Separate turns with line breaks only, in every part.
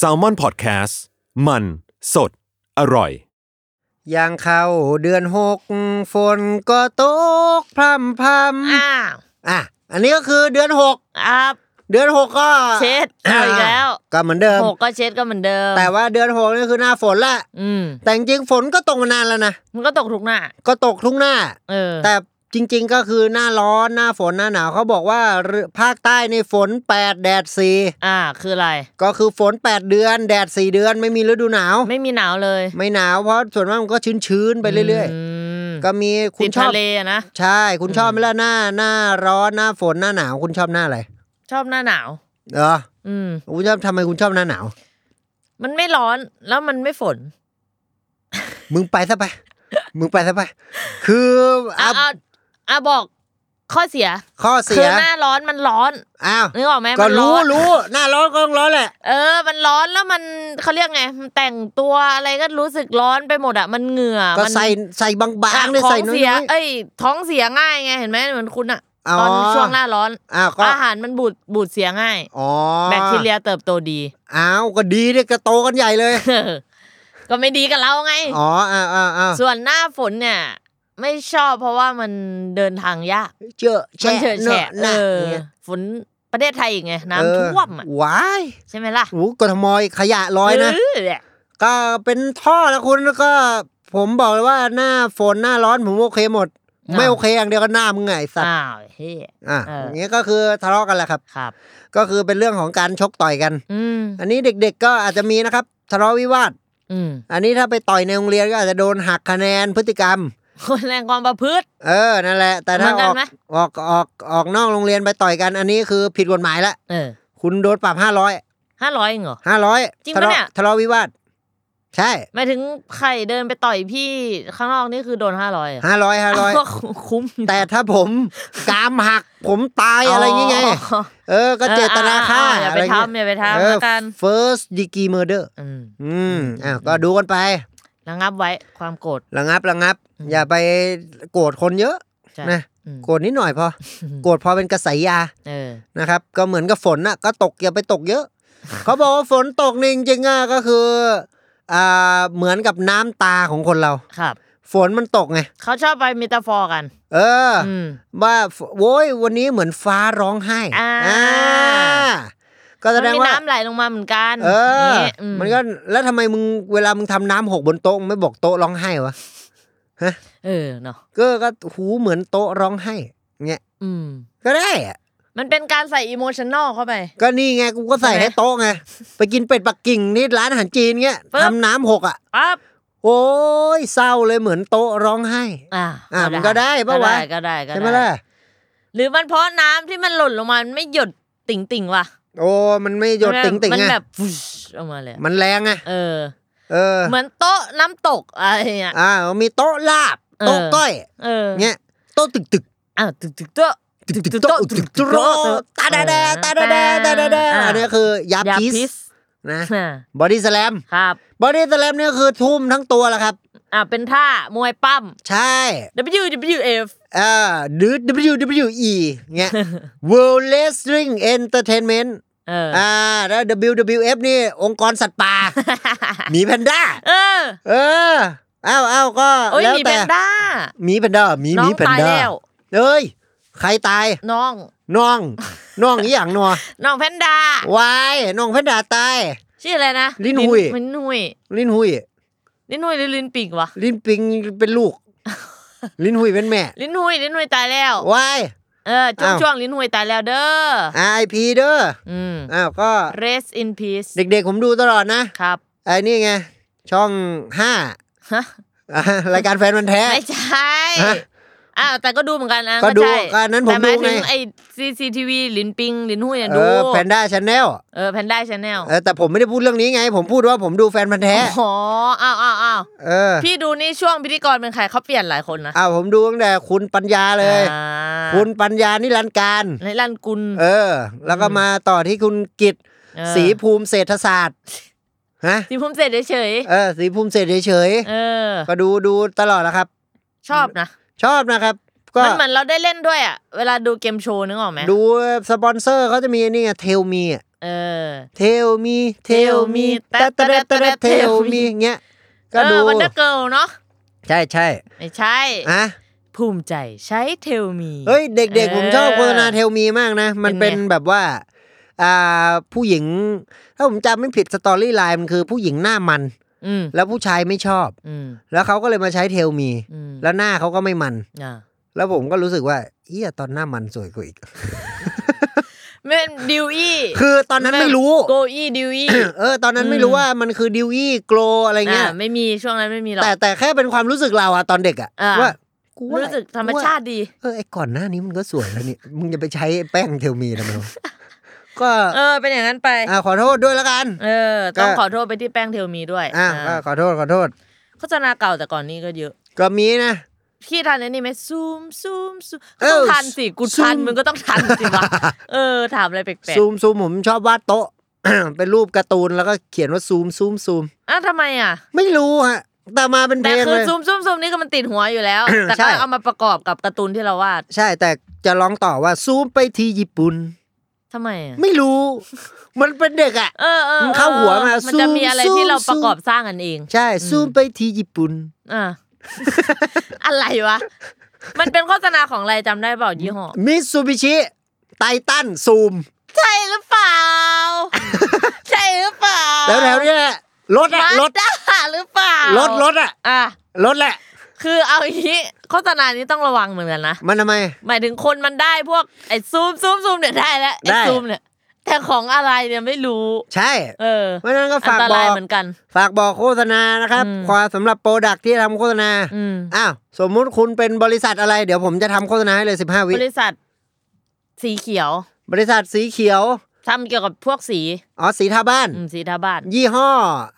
s a l m o n PODCAST มันสดอร่อย
ยังเข้าเดือนหกฝนก็ตกพรำพร
อ้าว
ำอ่ะ อันนี้ก็คือเดือนหก
อัพ
เดือนหกก็
เช็ดเอาอีกแล้ว
ก็เหมือนเดิม
หกก็เช็ดก็เหมือนเดิม
แต่ว่าเดือนหกนี่คือหน้าฝนละ
อืม
แต่จริงๆฝนก็ตกมานานแล้วนะ
มันก็ตกทุกหน้า
ก็ตกทุกหน้า
เออ
แต่จริง ๆก็คือหน้าร้อนหน้าฝนหน้าหนาวเขาบอกว่าเรือภาคใต้ในฝน 8 แดดสี่
อ่า คืออะไร
ก็คือฝน 8 เดือนแดดสี่เดือนไม่มีฤดูหนาว
ไม่มีหนาวเลย
ไม่หนาวเพราะส่วนมากมันก็ชื้นๆไปเรื่อย
ม
ๆ ก็มีคุ
ติ
ณ
ด
ชอ
ทะ
บ
เลอะนะ
ใช่ คุณชอบไหมล่ะหน้าหน้าร้อนหน้าฝนหน้าหนาวคุณชอบหน้าอะไร
ชอบหน้าหนาว
เออ
อืม
คุณชอบทำไมคุณชอบหน้าหนาว
มันไม่ร้อนแล้วมันไม่ฝน
มึงไปซะไป มึงไปซะไป คือ
อ่ะ
อ่ะ
อ่ะอ่ะบอก ข้อเสีย
ข้อเสี
คื
ย
อหน้าร้อนมันร้อน
อ้าว
นึกออกไหม
ก็
มันร้
รู้
อน
รู้หน้าร้อนก็ต้องร้อนแหละ
เออ มันร้อนแล้วมันเขาเรียกไง มันแต่งตัวอะไรก็รู้สึกร้อนไปหมดอ่ะ มันเหงื่อ
ก็
มัน
ใส่ใส่บางๆเลย
ท้อ
ใส่
ง
น้อ
เสีย
ย
เอ้ย ท้องเสียง่ายไง เห็นไหมเหมือนคุณอะ
อ๋อ
ตอนช่วงหน้าร้อน
ๆอ้าวก็
อาหารมันบูดบูดเสียง่าย
อ๋อ
แบคทีเรียเติบโตดี
อ้าวก็ดีเนี่ยก็โตกันใหญ่เลย
ก็ไม่ดีกับเราไง
อ๋ออ้าวอ้าวอ้าว
ส่วนหน้าฝนเนี่ย ไม่ชอบเพราะว่ามันเดินทางยาก
เจอ
มั
แฉะ
เฉอะแฉะ
ห
เอ
น้า
อ
เนี่ย
ฝนประเทศไทยอีกไงน้ำท่วมอะ
เออว้าย
ใช่ไหมล่ะ
โอ้กทมขยะลอยนะ
เ
ก็เป็นท่อแล้วคุณแล้วก็ผมบอกเลยว่าหน้าฝนหน้าร้อนผมโอเคหมด
อ่า
ไม่โอเคอย่างเดียวก็หน้ามึงไงไอ้สัตว์
อ้าวเฮ้ย
อ่ะ
เออ
อ
อ
ย่างเงี้ยก็คือทะเลาะกันแหละครับ
ครับ
ก็คือเป็นเรื่องของการชกต่อยกัน
อืม
อันนี้เด็กๆ ก็อาจจะมีนะครับทะเลาะวิวาท
อืม
อันนี้ถ้าไปต่อยในโรงเรียนก็อาจจะโดนหักคะแนนพฤติกรรม
คนแรงความประพฤติ
เออนั่นแหละ แต่ถ้า
เหมือ
อ
น
อ
กั
น ก
ไหม
ออกออกออกนอกโรงเรียนไปต่อยกัน อันนี้คือผิดกฎหมายละ
เออ
คุณโดนปรับห้าร้อย
ห้าร้อยเหรอ
ห้าร้อย
จริง
ทะ
ปะเนี่
เลาะ
ย
ทะเลาะวิวาท ใช่
หมายถึงใครเดินไปต่อยพี่ข้างนอกนี่คือโดนห้าร้อย
ห้าร้อยห้าร้อย
คุ้ม
แต่ถ้าผมกรามหักผมตายอะไรอย่างเงี้ย
อ๋อ
เออ ก็เจตนาฆ่า
เอออ่ะอย่า
อะไร
ไป
เงี้ย
ทำอย่าไปทำ
เออ
แล้วกัน
first degree murder
อืม
อืมอ่ะก็ดูกันไประ
งับไว้ความโกรธ
ระงับระงับ
อืม
อย่าไปโกรธคนเยอะ
ใช่
นะ
อืม
โกรธนิดหน่อย พอ โกรธพอเป็นกระแสยา
เออ
นะครับ ก็เหมือนกับฝนน่ะก็ตกอย่าไปตก เยอะ เขาบอกว่าฝนตกนี่จริงๆอ่ะก็คืออ่าเหมือนกับน้ำตาของคนเรา
ครับ
ฝนมันตกไง
เขาชอบไปมิตาฟอร์กัน
เอออ
อืม
ว่าฝโว้ยวันนี้เหมือนฟ้าร้องไห้
อ่า
อ่าก็แส
มั
ดง
นมี
ว่า
น้ำไหลลงมาเหมือนกัน
เออ
นี่อื
มันก็แล้วทำไมมึงเวลามึงทำน้ำหกบนโต๊ะมึงไม่บอกโต๊ะร้องไห้วะ
เออเนาะ
ก็ก็หูเหมือนโต๊ะร้องไห้เงี้ย
อืม
ก็ได้อะ
มันเป็นการใส่อิโมชันแนลเข้าไป
ก็นี่ไงกูก็ใส่
ใช่ไหม
ให้โต๊ะไงไปกินเป็ดปักกิ่งนี่ร้านอาหารจีนเงี้ย
ปึ๊บ
ทำน้ำหกอ่ะ
ปั๊บ
โอ้ยเศร้าเลยเหมือนโต๊ะร้องไห้
อ่า
อ่ะมันก็ได้ปะวะ
ก็ได้ก็ได้
ใช่ไหมล่ะ
หรือมันเพราะน้ำที่มันหล่นลงมามันไม่หยดติ่งติ่งๆว่ะ
โอ้มันไม่หยดติ่งติ่ง
มัน
ไง
แบบฟุ๊ชออกมาเลยอะ
มันแรงไง
เออ
เออ
เหมือนโต๊ะน้ำตกอะไรเงี้ย
อ่ามีโต๊ะลาบโต๊ะ
เออ
ก้อย
เออ
เงี้ยโต๊ะตึกตึก
อ้าวตึกตึกโต๊ะ
ตึกตึกโต๊ะตึกตึกโต๊ะตาดาดาตาดาดาตาดาดา
อ่า
อันนี้คือยาพิษ
ษ
นะ
อ่า
บอดี้สแลม
ครับ
บอดี้สแลมนี่ยคือทุ่มทั้งตัวแหละครับ
อ่าเป็นท่ามวยปั้ม
ใช่
WWF
เอ่อหรือ WWE เงี้ย World Wrestling Entertainment
เออ
อ่าแล้ว WWF นี่องค์กรสัตว์ป่าหมีแพนด้า
เออ
เอออ้าวอ้าวก็
โอ้ย
แล้ว
มีแพ
แต่
นด้า
หมีแพนด้าหมีห
น้อ
มี
ง
แพน
ตาย
ด้า
แล้ว
เอ้ย ใครตาย
น้อง
น้องน้องอีหยังนัว
น้องแพนด้าว
ายน้องแพนด้าตาย
ชื่ออะไรนะ
ลิ้นหุย
ลิ้นหุย
ลิ้นหุย
ลิ้นหุยหรือลิ้นปิงวะ
ลิ้นปิงเป็นลูก ลิ้นหุยเป็นแม่
ลิ้นหุยลิ้นหุยตายแล้ว
วาย
เออช่วง
อ้าว
ช่วงลิ้นหุยตายแล้วเด้อ
RIP เด้อ
อืม
อ้าวก็
rest in peace
เด็กๆผมดูตลอดนะครับ ไอ้นี่ไง ช่องห้า
ฮะ
อ่ะรายการแฟนมันธุ์แท้
ไม่ใช่
ฮะ
อ่าแต่ก็ดูเหมือนกันนะ
ก็ดู
ใช่
ก็อันนั้นผม
แต่หาย
ดูไง
ถึไอ้ซีซีทีวีลินปิงลินหุ้ยเนี่ย
เอ
ดู
อแพนด้าชาแนล
เออแพนด้าชาแนล
เออแต่ผมไม่ได้พูดเรื่องนี้ไง ผมพูดว่าผมดูแฟนพันธ์แท้
อ๋ออ้าวอ้าวอ้าว
เออ
พี่ดูนี่ช่วงพิธีกรเป็นใครเขาเปลี่ยนหลายคนนะ
อ่าผมดูตั้งแต่คุณปัญญาเลย
อ่า
คุณปัญญานิรันดร์การ
ในรันกุล
เออ แล้วก็มาต่อที่คุณกิต
เออ
สีภูมิเศรษฐศาสตร์ฮะ
สีพุ่มเสร็จเฉย
เออสีภูมิเศรษฐเฉย
ๆเออ
ๆก็ดูดูตลอดแหล้วครับ
ชอบนะ
ชอบนะครับ ก็
มันเหมือนเราได้เล่นด้วยอ่ะ เวลาดูเกมโชว์นึกออกไหม
ดูสปอนเซอร์เขาจะมีไอ้นี่เทลมี
เออ
เทลมีเทลมีตะตะตะตะเทลมีเงี้ยก็
เอ
ดู
อวันเดอร์เกิลเนาะ
ใช่ใช่
ไม่ใช่
อ่ะ
ภูมิใจใช้เทลมี
เฮ้ย เด็กๆ ผมชอบโฆษณาเทลมีมากนะ มันเป็นแบบว่า อ่าผู้หญิง ถ้าผมจำไม่ผิดสตอรี่ไลน์มันคือผู้หญิงหน้ามัน
อืม
แล้วผู้ชายไม่ชอบ
อืม
แล้วเขาก็เลยมาใช้เทลมี
อืม
แล้วหน้าเขาก็ไม่มัน
อ่ะ
แล้วผมก็รู้สึกว่าเฮียตอนหน้ามันสวยกว่าอีก
เป็นดิวอี้
คือตอนนั้นไม่รู้
โกอี้ดิวอี้
เออ ตอนนั้นไม่รู้ว่ามันคือดิวอี้โกลอะไรเงี้ย
อ่ะไม่มีช่วงนั้นไม่มีหรอก
แต่แต่แค่เป็นความรู้สึกเราอะตอนเด็กอะ
อ่า
ว่ากูว่า
รู้สึกธรรมชาติดี
เออไอ้ก่อนหน้านี้มันก็สวยแล้วนี่ มึงจะไปใช้ไอ้แป้ง เทลมีทำไมวะก็
เออ เป็นอย่างนั้นไป
อ่าขอโทษด้วยละกัน
เออ ต้อง
ก็
ขอโทษไปที่แป้งเทลมีด้วย
อ่าก็
อ่ะ
ขอโทษขอโทษ
โฆษณาเก่าแต่ก่อนนี้ก็เยอะ
ก็มีนะ
พี่ทันอันนี้ไหมซูมซูมซูมก็
เอ้า
ต้องทันสิกู
ซูม
ทันมึงก็ต้องทันสิวะเออ ถามอะไรแปลก
ซูมซูมผมชอบวาดโต๊ะ เป็นรูปการ์ตูนแล้วก็เขียนว่าซูมซูมซูม
ๆอ้าวทำไมอ่ะ
ไม่รู้ฮะแต่มาเป็นเพ
แต่
ลง
คือ
เลย
ซูมซูมซูมนี่ก็มันติดหัวอยู่ แล้ว แต่
ใช่
ก็เอามาประกอบกับการ์ตูนที่เราวาด
ใช่แต่จะร้องต่อว่าซูมไปที่ญี่ปุ่น
ทำไมอ่ะ
ไม่รู้ มันเป็นเด็กอะ
เออเออ
มันเข้าหัวมา
มันจะมีอะไร
ซูม
ที่เรา
ซูม
ประกอบสร้างกันเอง
ใช่ซูมไปที่ญี่ปุ่น
อ่ะ อะไรวะ มันเป็นโฆษณาของอะไรจำได้เปล่ายี่ห้อ
มิซูบิชิไททันซูม
ใช่หรือ เปล่า ใช่หรือเปล่า
แถวแถวๆเนี้ยรถอะ
มาร
ถ
ด้าหรือเปล่าร ร
ถรถอะ
อ่ะ
รถแหละ
คือเอาอย่างนี้โฆษณานี้ต้องระวังเหมือนกันนะ
มันทำไม
หมายถึงคนมันได้พวกไอ้ซูมซูมซูมเนี่ยได้แล้วไอ้
ได้
ซูมเนี่ย แต่ของอะไรเนี่ยไม่รู้
ใช่
เออ
เพราะฉะนั้นก็
อัน
ฝาก
ต
บ
รา
อย ก
เหมือนกัน
ฝากบอกโฆษณานะครับ
อืม
ความสำหรับโปรดักที่ทำโฆษณา
อืม
อ้าวสมมุติคุณเป็นบริษัทอะไร เดี๋ยวผมจะทำโฆษณาให้เลย 15 วิ
บริษัท สีเขียว
บริษัทสีเขียว
ทำเกี่ยวกับพวกสี
อ๋อสีทาบ้าน
อืมสีทาบ้าน
ยี่ห้อ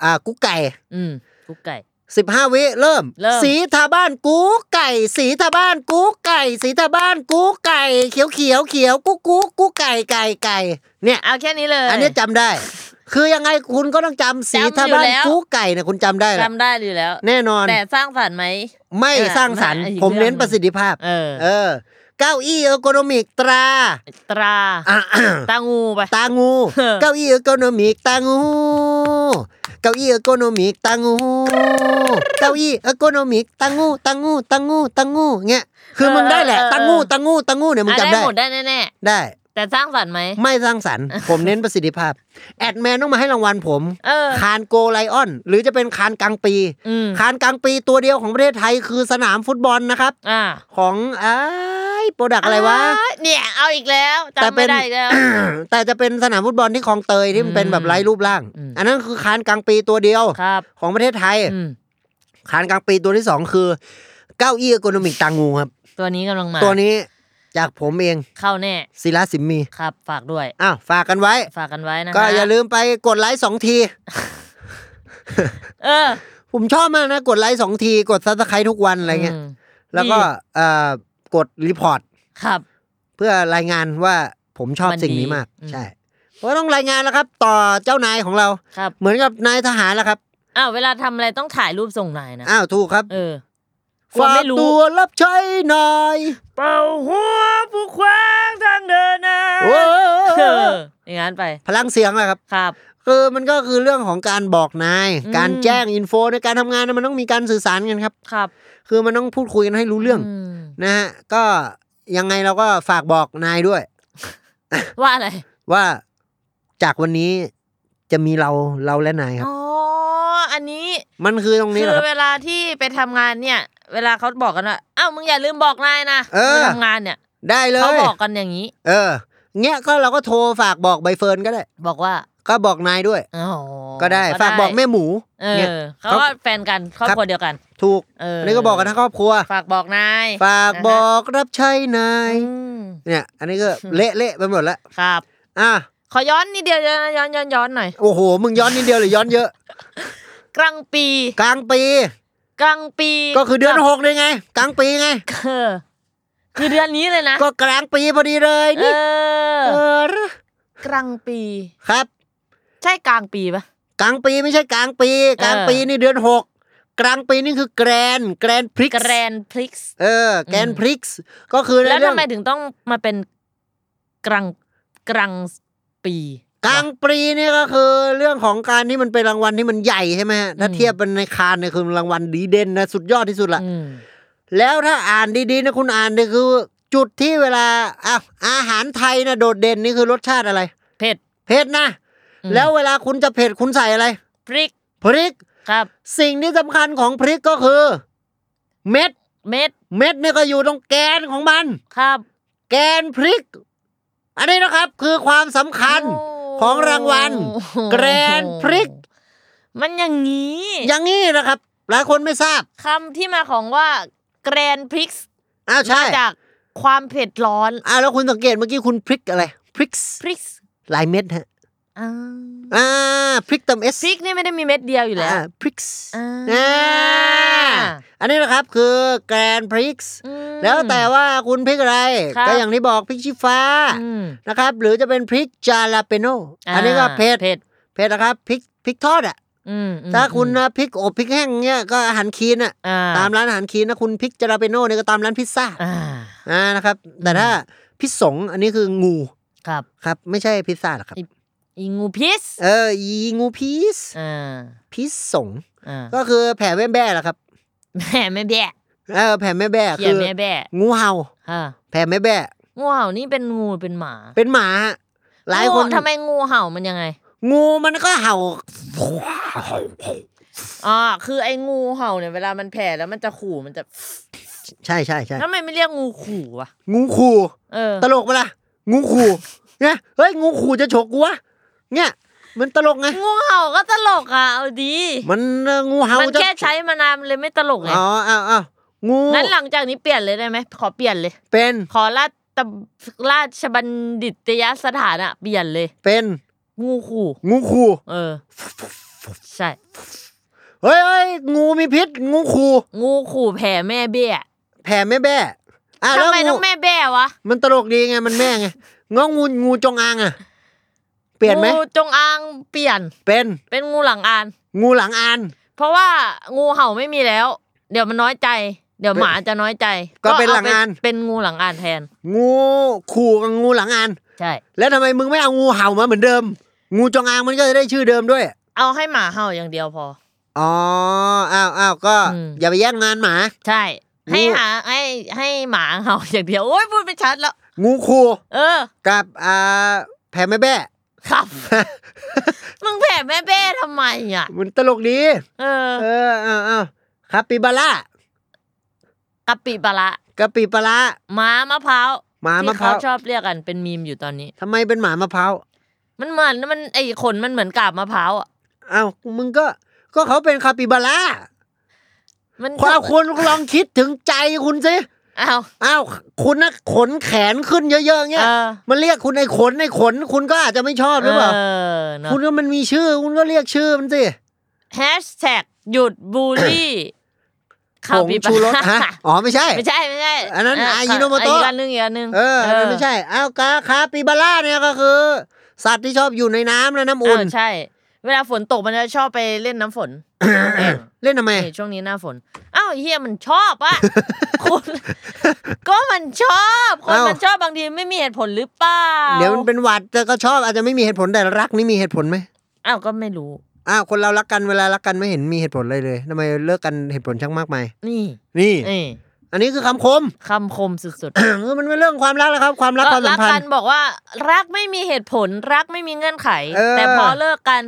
อ่ากุ๊กไก่
อืมกุ๊กไก่
15 วิเริ่ม
เริ่ม
สีทาบ้านกุ๊กไก่ สีทาบ้านกุ๊กไก่ สีทาบ้านกุ๊กไก่เขียวเขียวเขียวกุ๊กกุ๊กกุ๊กไก่ไก่ไก่เนี่ย
เอาแค่นี้เลย
อันนี้จำได้ คือยังไงคุณก็ต้องจำสี
จำอยู่
ทาบ้าน
แล้ว
กู้ไก่เนี่ยคุณจำได้แหละ
จำได้อยู่แล้ว
แน่นอน
แต่สร้างสรรค์ไหม
ไม่
เออ
สร้างสรรค์
ไม่อีก
ผมเน้น
เรื่องหนึ่ง
ประสิทธิภาพ
เออ
เออ เก้าอี้เออร์โกนมิกตรา
ตรา
อ่ะ
ตางูไป
ตา งู
เออ
เก้าอี้เออร์โกนมิกตางู เก้าอี้เออร์โกนมิกตางู เก้าอี้เออร์โกนมิกตางูตางูตางูตางูเงี้ย คือมึงได้แหละตางูตางูตางูเนี่ยมึง
อ่ะ
จำ
ได้
ได้
หมดได้แน่
ได้
ๆแต่สร้างสรรค์ไหม
ไม่สร้างส รรค์ ผมเน้นประสิทธิภาพ แอดแมนต้องมาให้รางวัลผม
เออ
คานโกไลออน หรือจะเป็นคานกลางปี
อืม
คานกลางปีตัวเดียวของประเทศไทยคือสนามฟุตบอลนะครับ
อ่า
ของไอ้โปรดักอะไรวะ
เนี่ย เอาอีกแล้ว
แต่
จำ
เป็
ไม่
น
ได้อี กแล้ว
แต่จะเป็นสนามฟุตบอลที่คลองเตยที่มันเป็นแบบไร้รูปร่าง
อืม
อันนั้นคือคานกลางปีตัวเดียว
ครับ
ของประเทศไทย
อืม
คานกลางปีตัวที่สองคือเก้าอี้เอโกนมิกตางูครับ
ตัวนี้กำลังมา
ตัวนี้จากผมเอง
เข้าแน่
ศิลาสิมมี
ครับ ฝากด้วย
อ้าวฝากกันไว้
ฝากกันไว้นะฮะ
ก็อย่าลืมไปกดไลค์สองที
เออ
ผมชอบมากนะกดไลค์สองที กดซับสไครต์ทุกวันอะไรเงี้ย
ม
แล้วก็
ดี
เอ่อกดรีพอร์ต
ครับ
เพื่อรายงานว่าผมชอบ
มัน
สิ่งนี้
ดี
มาก
อืม
ใช่เพราะต้องรายงานแล้วครับ ต่อเจ้านายของเรา
ครับ
เหมือนกับนายทหารแล้วครับ
อ้าวเวลาทำอะไรต้องถ่ายรูปส่งนายนะ
อ้าวถูกครับ
เออ กลัว
ฝา
ไม่
ก
รู้
ตัวรับใช้นาย
เป่าหัวผู้ควางทางเดินนะ
โอ้
เอออย่างนั้นไป
พลังเสียงแหละครับ
ครับ
คือมันก็คือเรื่องของการบอกนาย
อืม
การแจ้งอินโฟในการทำงานนะมันต้องมีการสื่อสารกันครับ
ครับ
คือมันต้องพูดคุยกันให้รู้เรื่อง
ม
นะฮะก็ยังไงเราก็ฝากบอกนายด้วย
ว่าอะไร
ว่าจากวันนี้จะมีเราเราและนายครับ
อ๋ออันนี้
มันคือตรงนี้เหรอค
คือ
รับ
เวลาที่ไปทำงานเนี่ย เวลาเขาบอกกันว่าอ้าวมึงอย่าลืมบอกนายนะ
เออ
ไปทำงานเนี่ย
ได้เลย
เขาบอกกันอย่างนี้
เออ เงี้ยก็เราก็โทรฝากบอกใบเฟิร์นก็ได้
บอกว่า
ก็บอกนายด้วย
อ๋อ
ก็ได้ฝากบอกแม่หมู
เอ
เนี่ย
อเขาก็แฟนกันครอบ
ครับ
ครัวเดียวกัน
ถูก
เออ
อั
อั
นนี้ก็บอกกันทั้งครอบครัว
ฝากบอกนาย
ฝากบอกรับใช้นาย
อืม
เนี่ย อันนี้ก็เละเละไปหมดละ
ครับ
อ่ะ
ขอย้อนนิดเดียวย้อนย้อนย้อนย้อนหน่อย
โอ้โห มึงย้อนนิดเดียวหรือย้อนเยอะ
กลางปี
กลางปี
กลางปี
ก็คือเดือนหกเลยไง กลางปีไง
เออคือเดือนนี้เลยนะ
ก็กลางปีพอดีเลย
เอ
นี่
อ
เออก
ลางปี
ครับ
ใช่กลางปีปะ
กลางปีไม่ใช่กลางปี กลางปีนี่เดือนหกกลางปีนี่คือแกรนแกรนพริก
แกรนพลิกซ์
เออแกรนพริกก็คือใน
แล้ว
เรื่อ
ทำ
ง
ไมถึงต้องมาเป็นกลางกลางปี
กลางปีนี่ก็คือ เรื่องของการที่มันเป็นรางวัลที่มันใหญ่ใช่ไหมฮะถ้าเทียบเป็นในคานเนี่ยคือรางวัลดีเด่นนะสุดยอดที่สุดละ
อืม
แล้วถ้าอ่านดีๆนะคุณอ่านเนี่ยคือจุดที่เวลาอ่ะอาหารไทยนะโดดเด่นนี่คือรสชาติอะไร
เผ็ด
เผ็ดนะ แล้วเวลาคุณจะเผ็ดคุณใส่อะไร
พริก
พริก
ครับ
สิ่งที่สำคัญของพริกก็คือ เม็ด
เม็ด
เม็ดเนี่ยก็อยู่ตรงแกนของมัน
ครับ
แกนพริก อันนี้นะครับคือความสำคัญ
โ
ของรางวัล
โอ้โห
แกรนพริก
มันอย่างนี้
อย่างนี้นะครับ หลายคนไม่ทราบ
คำที่มาของว่าแกรนพริกซ์
อ้าวใช่
มาจากความเผ็ดร้อน
อ้าวแล้วคุณสังเกตเมื่อกี้คุณพริกอะไรพริก
พริกซ์
หลายเม็ดฮะ
อ่า
อ่าพริกเติมเอส
พริกนี่ไม่ได้มีเม็ดเดียวอยู่แล้ว
พริกส์
อ่า
อันนี้นะครับคือแกรนพริกส์
อืม
แล้วแต่ว่าคุณพริกอะไร
ครับ
ก็อย่างที่บอกพริกชี้ฟ้า
อืม
นะครับ หรือจะเป็นพริกจาลาเปโนอันนี้ก็
า
เผ็ด
เผ็ด
เผ็ดนะครับพริกพริกทอดอ่ะ
อืมอืม
ถ้าคุณ
อืม
นะพริกอบพริกแห้งเนี่ยก็อาหารคีนอ่ะ
อ่
ตามร้านอาหารคีนนะคุณพริกจาลาเปโนเนี่ยก็ตามร้านพิซซ่า
อ่า
อ่านะครับแต่ถ้าพิษสงอันนี้คืองู
ครับ
ครับไม่ใช่พิซซ่าหรอกครับ
อีงูพิษ
เอออีงูพิษ
อ่า
พิษสง
อ่า
ก็คือแผ่แว่นแบ่แหละครับ
แม่แม่แบะ
เออแผ่แม่แบ่
เขีย
คือ
แม่แบะ
งูเห่า
อ่า
แผ่แม่แบ่
งูเห่านี่เป็นงูหรือเป็นหมา
เป็นหมา หลายคน
งูทำไมงูเห่ามันยังไง
งูมันก็เห่า
อ่าคือไอ้งูเห่าเนี่ยเวลามันแผ่แล้วมันจะขู่มันจะ
ใช่ใช่ใช่
ทำไมไม่เรียกงูขู่วะ
งูขู่
เออ
ตลกปะล่ะงูขู่เนี่ยเฮ้ยงูขู่จะฉกกูวะเนี่ย มันตลกไง
งูเห่าก็ตลกอ่ะเอาดี
มันเอ่องูเห่า
มัน
จะ
แค่ใช้มานานมันเลยไม่ตลกไง
อ๋ออ้าวอ้าวงู
งั้นหลังจากนี้เปลี่ยนเลยได้ไหมขอเปลี่ยนเลย
เป็น
ขอราชตำราชบัณฑิตยสถานอะเปลี่ยนเลย
เป็น
งูขู่
งูขู่
เออ ใช่
เฮ้ยเฮ้ยงูมีพิษ งูขู่
งูขู่แผ่แม่เบี้ย
แผ่แม่แบ่อ่ะแล้ว
ทำไม
งู
ต้องแม่เบี้ยวะ
มันตลกดีไงมันแม่ไงงองูงูจงอางอ่ะ เปลี่ยนไหม
งูจงอางเปลี่ยน
เป็น
เป็นงูหลังอาน
งูหลังอาน
เพราะว่างูเห่าไม่มีแล้ว เดี๋ยวมันน้อยใจ เดี๋ยวหมาจะน้อยใจ
ก็เป็นหลังอาน
เเป็เป็นงูหลังอานแทน
งูขู่กับงูหลังอาน
ใช่
แล้วทำไมมึงไม่เอางูเห่ามาเหมือนเดิม งูจงอางมันก็จะได้ชื่อเดิมด้วย
เอาให้หมาเห่าอย่างเดียวพอ
อ๋อ อ้าวอ้าวก็
อืม
อย่าไปแย่งงานหมา
ใช่ ให้
งู
หาให้ให้หมาเห่าอย่างเดียว โอ้ยพูดไม่ชัดแล้ว
งูขู่
เออ
กับอ่าแผ่แม่แบ้
ครับ มึงแผ่แม่เบ้ทำไมอ่ะ
มันตลกดี
เออ
เอออ้าวอ้าวคาปิบาร่าก
ะปิปลาร้าก
ะปิปลาร้า
หมามะพร้าว
หมา
ที่
มะพ
เขา
ร้าว
ชอบเรียกกันเป็นมีมอยู่ตอนนี้
ทำไมเป็นหมามะพร้าว
มันเหมือนมันไอขนมันเหมือนกาบมะพร้าวอ่ะ
อ้าวมึงก็ก็เขาเป็นคาปิบาร่า
มัน
ความคุณลองคิดถึงใจคุณสิ
อ้าว
อ้าวคุณนะขนแขนขึ้นเยอะๆเงี้ย
เออ
มันเรียกคุณไอ้ขนไอ้ขน คุณก็อาจจะไม่ชอบหรือเปล่า
เออเนอะ
คุณก็มันมีชื่อ คุณก็เรียกชื่อมันสิ
แฮชแท็กหยุดบูลลี่คา
ผง
ปิปลา
ชูรสฮะ
ร้า
อ๋อไม่ใช่
ไม่ใช่ไม่ใช่
อันนั้น
เ
อายิโนโมโตะ
อีกอันหนึงอีกอันหนึง
เอออันนั้นไม่ใช่อ้าวกาคาปิบาร่าเนี่ยก็คือ สัตว์ที่ชอบอยู่ในน้ำและน้ำ
เอ
อุ่น
อใช่ เวลาฝนตกมันจะชอบไปเล่นน้ำ ฝนเล่น
เล่นทำไม
นี่ช่วงนี้หน้าฝน อ้าวไอ้เฮียมันชอบ อะ คนก็มันชอบ คน
เอ้ามั
มันชอบบางทีไม่มีเหตุผลหรือเปล่า
เดี๋ยวมันเป็นหวัดแต่ก็ชอบอาจจะไม่มีเหตุผลแต่รักนี่มีเหตุผลไหม
อ้าวก็ไม่รู้
อ้าวคนเรารักกันเวลารักกันไม่เห็นมีเหตุผลเลยเลยทำไมเลิกกันเหตุผลช่างมากมาย
นี่
นี่
นี่
อันนี้คือคำคม
คำคมสุดๆ
คือ มันเป็นเรื่องความรักแล้วครับ ความรักความสัมพัน
กั
ธ์
บอกว่า รักไม่มีเหตุผล รักไม่มีเงื่อนไข
เออ
แต่พอเลิกกัน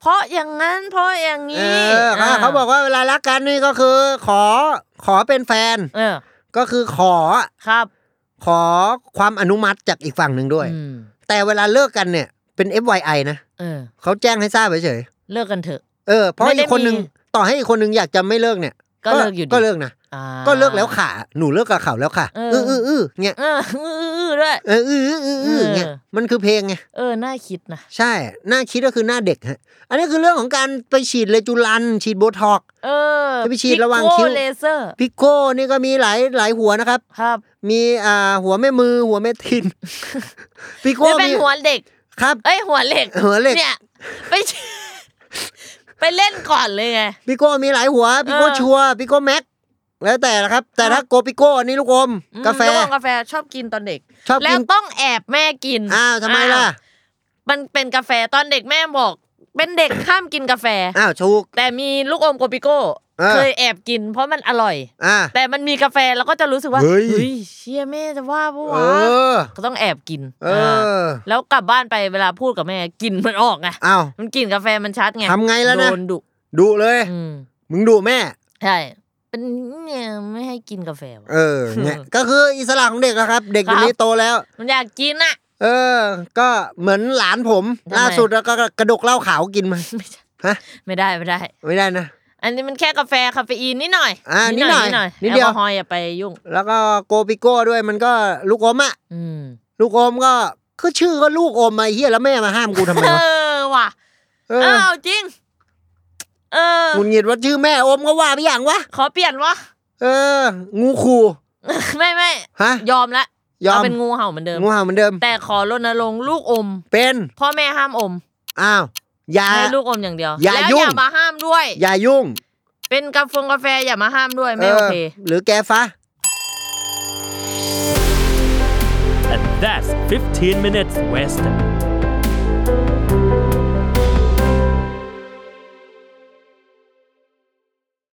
เพราะอย่างนั้น เพราะอย่าง
เอ
นี้
อเขาเขาบอกว่าเวลารักกันนี่ก็คือ ขอขอเป็นแฟน
เออ
ก็คือขอ
ครับ
ขอความอนุมัติจากอีกฝั่งหนึ่งด้วย
อืม
แต่เวลาเลิกกันเนี่ยเป็น FYI นะ
เออ
เขาแจ้งให้ทราบเฉย
เลิกกันเถอะ
ๆเออเพราะ
ไม่ได้
อีกคนนึง
มี
ต่อให้อีกคนนึงอยากจะไม่เลิกเนี่ย
ก็เลิกอยู่ดี
ก็เลิกนะ
อ่า
ก็เลิกแล้วค่ะ หนูเลิกกับเขาแล้วค่ะ
เออ
เออเออเออเงี้ย
เอออื้ออื้ออื้อด้วย
เออเออเออเออเออเงี้ย
เออ
มันคือเพลงไง
เออ น่าคิดนะ
ใช่หน้าคิดก็คือหน้าเด็กฮะอันนี้คือเรื่องของการไปฉีดเลจูลัน ฉีดโบท็อกซ์
เออ
จะไปฉีดระหว่างคิ้ว
พิกโก้เลเซอร์
พิโก้นี่ก็มีหลายหลายหัวนะครับ
ครับ
มีอ่าหัวแม่มือหัวแม่ทิ น พิโก้
นี่เป็น
มี
หัวเด็ก
ครับ
เอ้ย หัวเหล็ก
หัวเหล็ก
เนี่ยไปฉีด ไปเล่นก่อนเลยไง
พิโก้มีหลายหัวพิโก้
เออ
ชัวร์พิโก้แม็กแล้วแต่ละครับ แต่ถ้าโกปิโก้อันนี้ลูกอม
อืม
กาแฟ
ลูอมกาแฟชอบกินตอนเด็ก
ชอบ
แล้
กิ
วน ต้องแอบแม่กิน
อ้าวทำไมล่ะ
อ้าวมันเป็นกาแฟตอนเด็กแม่บอก เป็นเด็กห้ามกินกาแฟ
อ้าวชูก
แต่มีลูกอมโกปิโก้
เออ
เคยแอบกิน เพราะมันอร่อย
อ่า
แต่มันมีกาแฟแล้วก็จะรู้สึกว่า
เฮ้ย
เชี่ยแม่จะว่าปะ
เอ
วะ
อ
ก็ต้องแอบกิน
เอ
อ
อ
แล้วกลับบ้านไปเวลาพูดกับแม่กลินมันออกไง
อ้าว
มันกลินกาแฟมันชัดไง
ทำไงแล้วนะ
โดนดุ
ดุเลย
อืม
มึงดุแม่
ใช่เป็นเนี่ยไม่ให้กินกาแฟวะ
เออเนี่ยก็คืออิสระของเด็กแล้วครับ เด็ก
ครั
เดี๋ย
บ
วนี้โตแล้ว
มันอยากกินอ่ะ
เออ ก็เหมือนหลานผม
ทำไม
ล่าสุดแล้วก็กระดกเหล้าขาวกินมา
ไม่ใช่
ฮะ
ไม่ได้ไม่ได้
ไม่ได้นะ
อันนี้มันแค่กาแฟคาเฟอีนนิดหน่อย
อ่านิ
นิ
ดห
ดห
น่
น่
อ
อย ย
นิด
แอ
เดี
ล
ยว
กอฮอล์อย่าไปยุ่ง
แล้วก็โกปิโก้ด้วยมันก็ลูกอมอะ
อืม
ลูกอมก็คือชื่อก็ลูกอมมาเฮียแล้วแม่มาห้ามกูทำไม
เอ
วะ
อว่ะ
เอ
เอ
อ
อเอาจริง เออ
หงุดหงิดว่าชื่อแม่อมก็ว่าไปอย่างวะ
ขอเปลี่ยนวะ
เออ งูคู
ไม่ไม่
ฮะ
ยอมละ
ยอม
เอาเป็นงูเห่าเหมือนเดิม
งูเห่าเหมือนเดิม
แต่ขอรณรงค์ลูกอม
เป็น
พ่อแม่ห้ามอม
อ้าวอยา
ให้ลูกอมอย่างเดียว
อย่า
แล้ว
ยุ่ง
อย่ามาห้ามด้วย
อย่ายุ่ง
เป็นกาแฟงกาแฟอย่ามาห้ามด้วย ไม่โอเค
หรือแกฟ้า
And that's 15 minutes west.